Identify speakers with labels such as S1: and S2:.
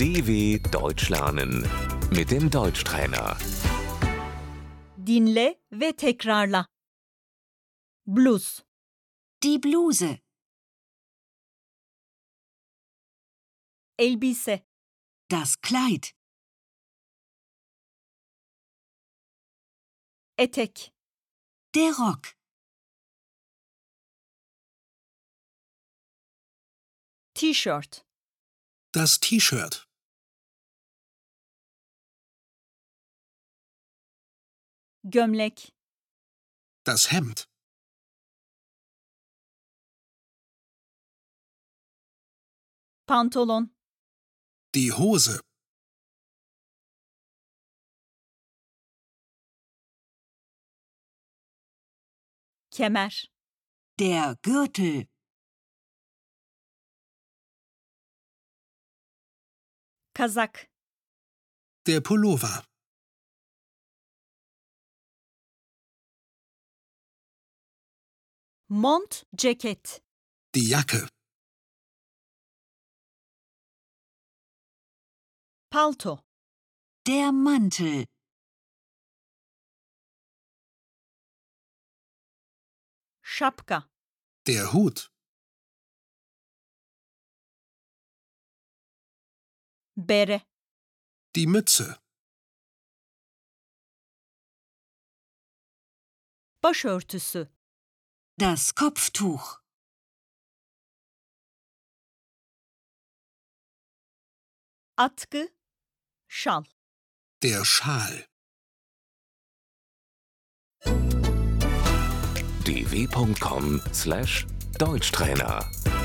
S1: DW Deutsch lernen mit dem Deutschtrainer.
S2: Dinle ve tekrarla. Bluz,
S3: Die Bluse,
S2: elbise,
S3: das Kleid,
S2: etek,
S3: der Rock,
S2: T-Shirt,
S4: Das T-Shirt.
S2: gömlek,
S4: Das Hemd.
S2: pantolon,
S4: Die Hose.
S2: kemer,
S3: der Gürtel,
S2: kazak,
S4: Der Pullover.
S2: mont, ceket,
S4: Die Jacke.
S2: palto,
S3: der Mantel,
S2: şapka,
S4: Der Hut.
S2: bere,
S4: Die Mütze.
S2: başörtüsü,
S3: das Kopftuch,
S2: atkı, şal.
S4: Der Schal.
S1: dw.com/deutschtrainer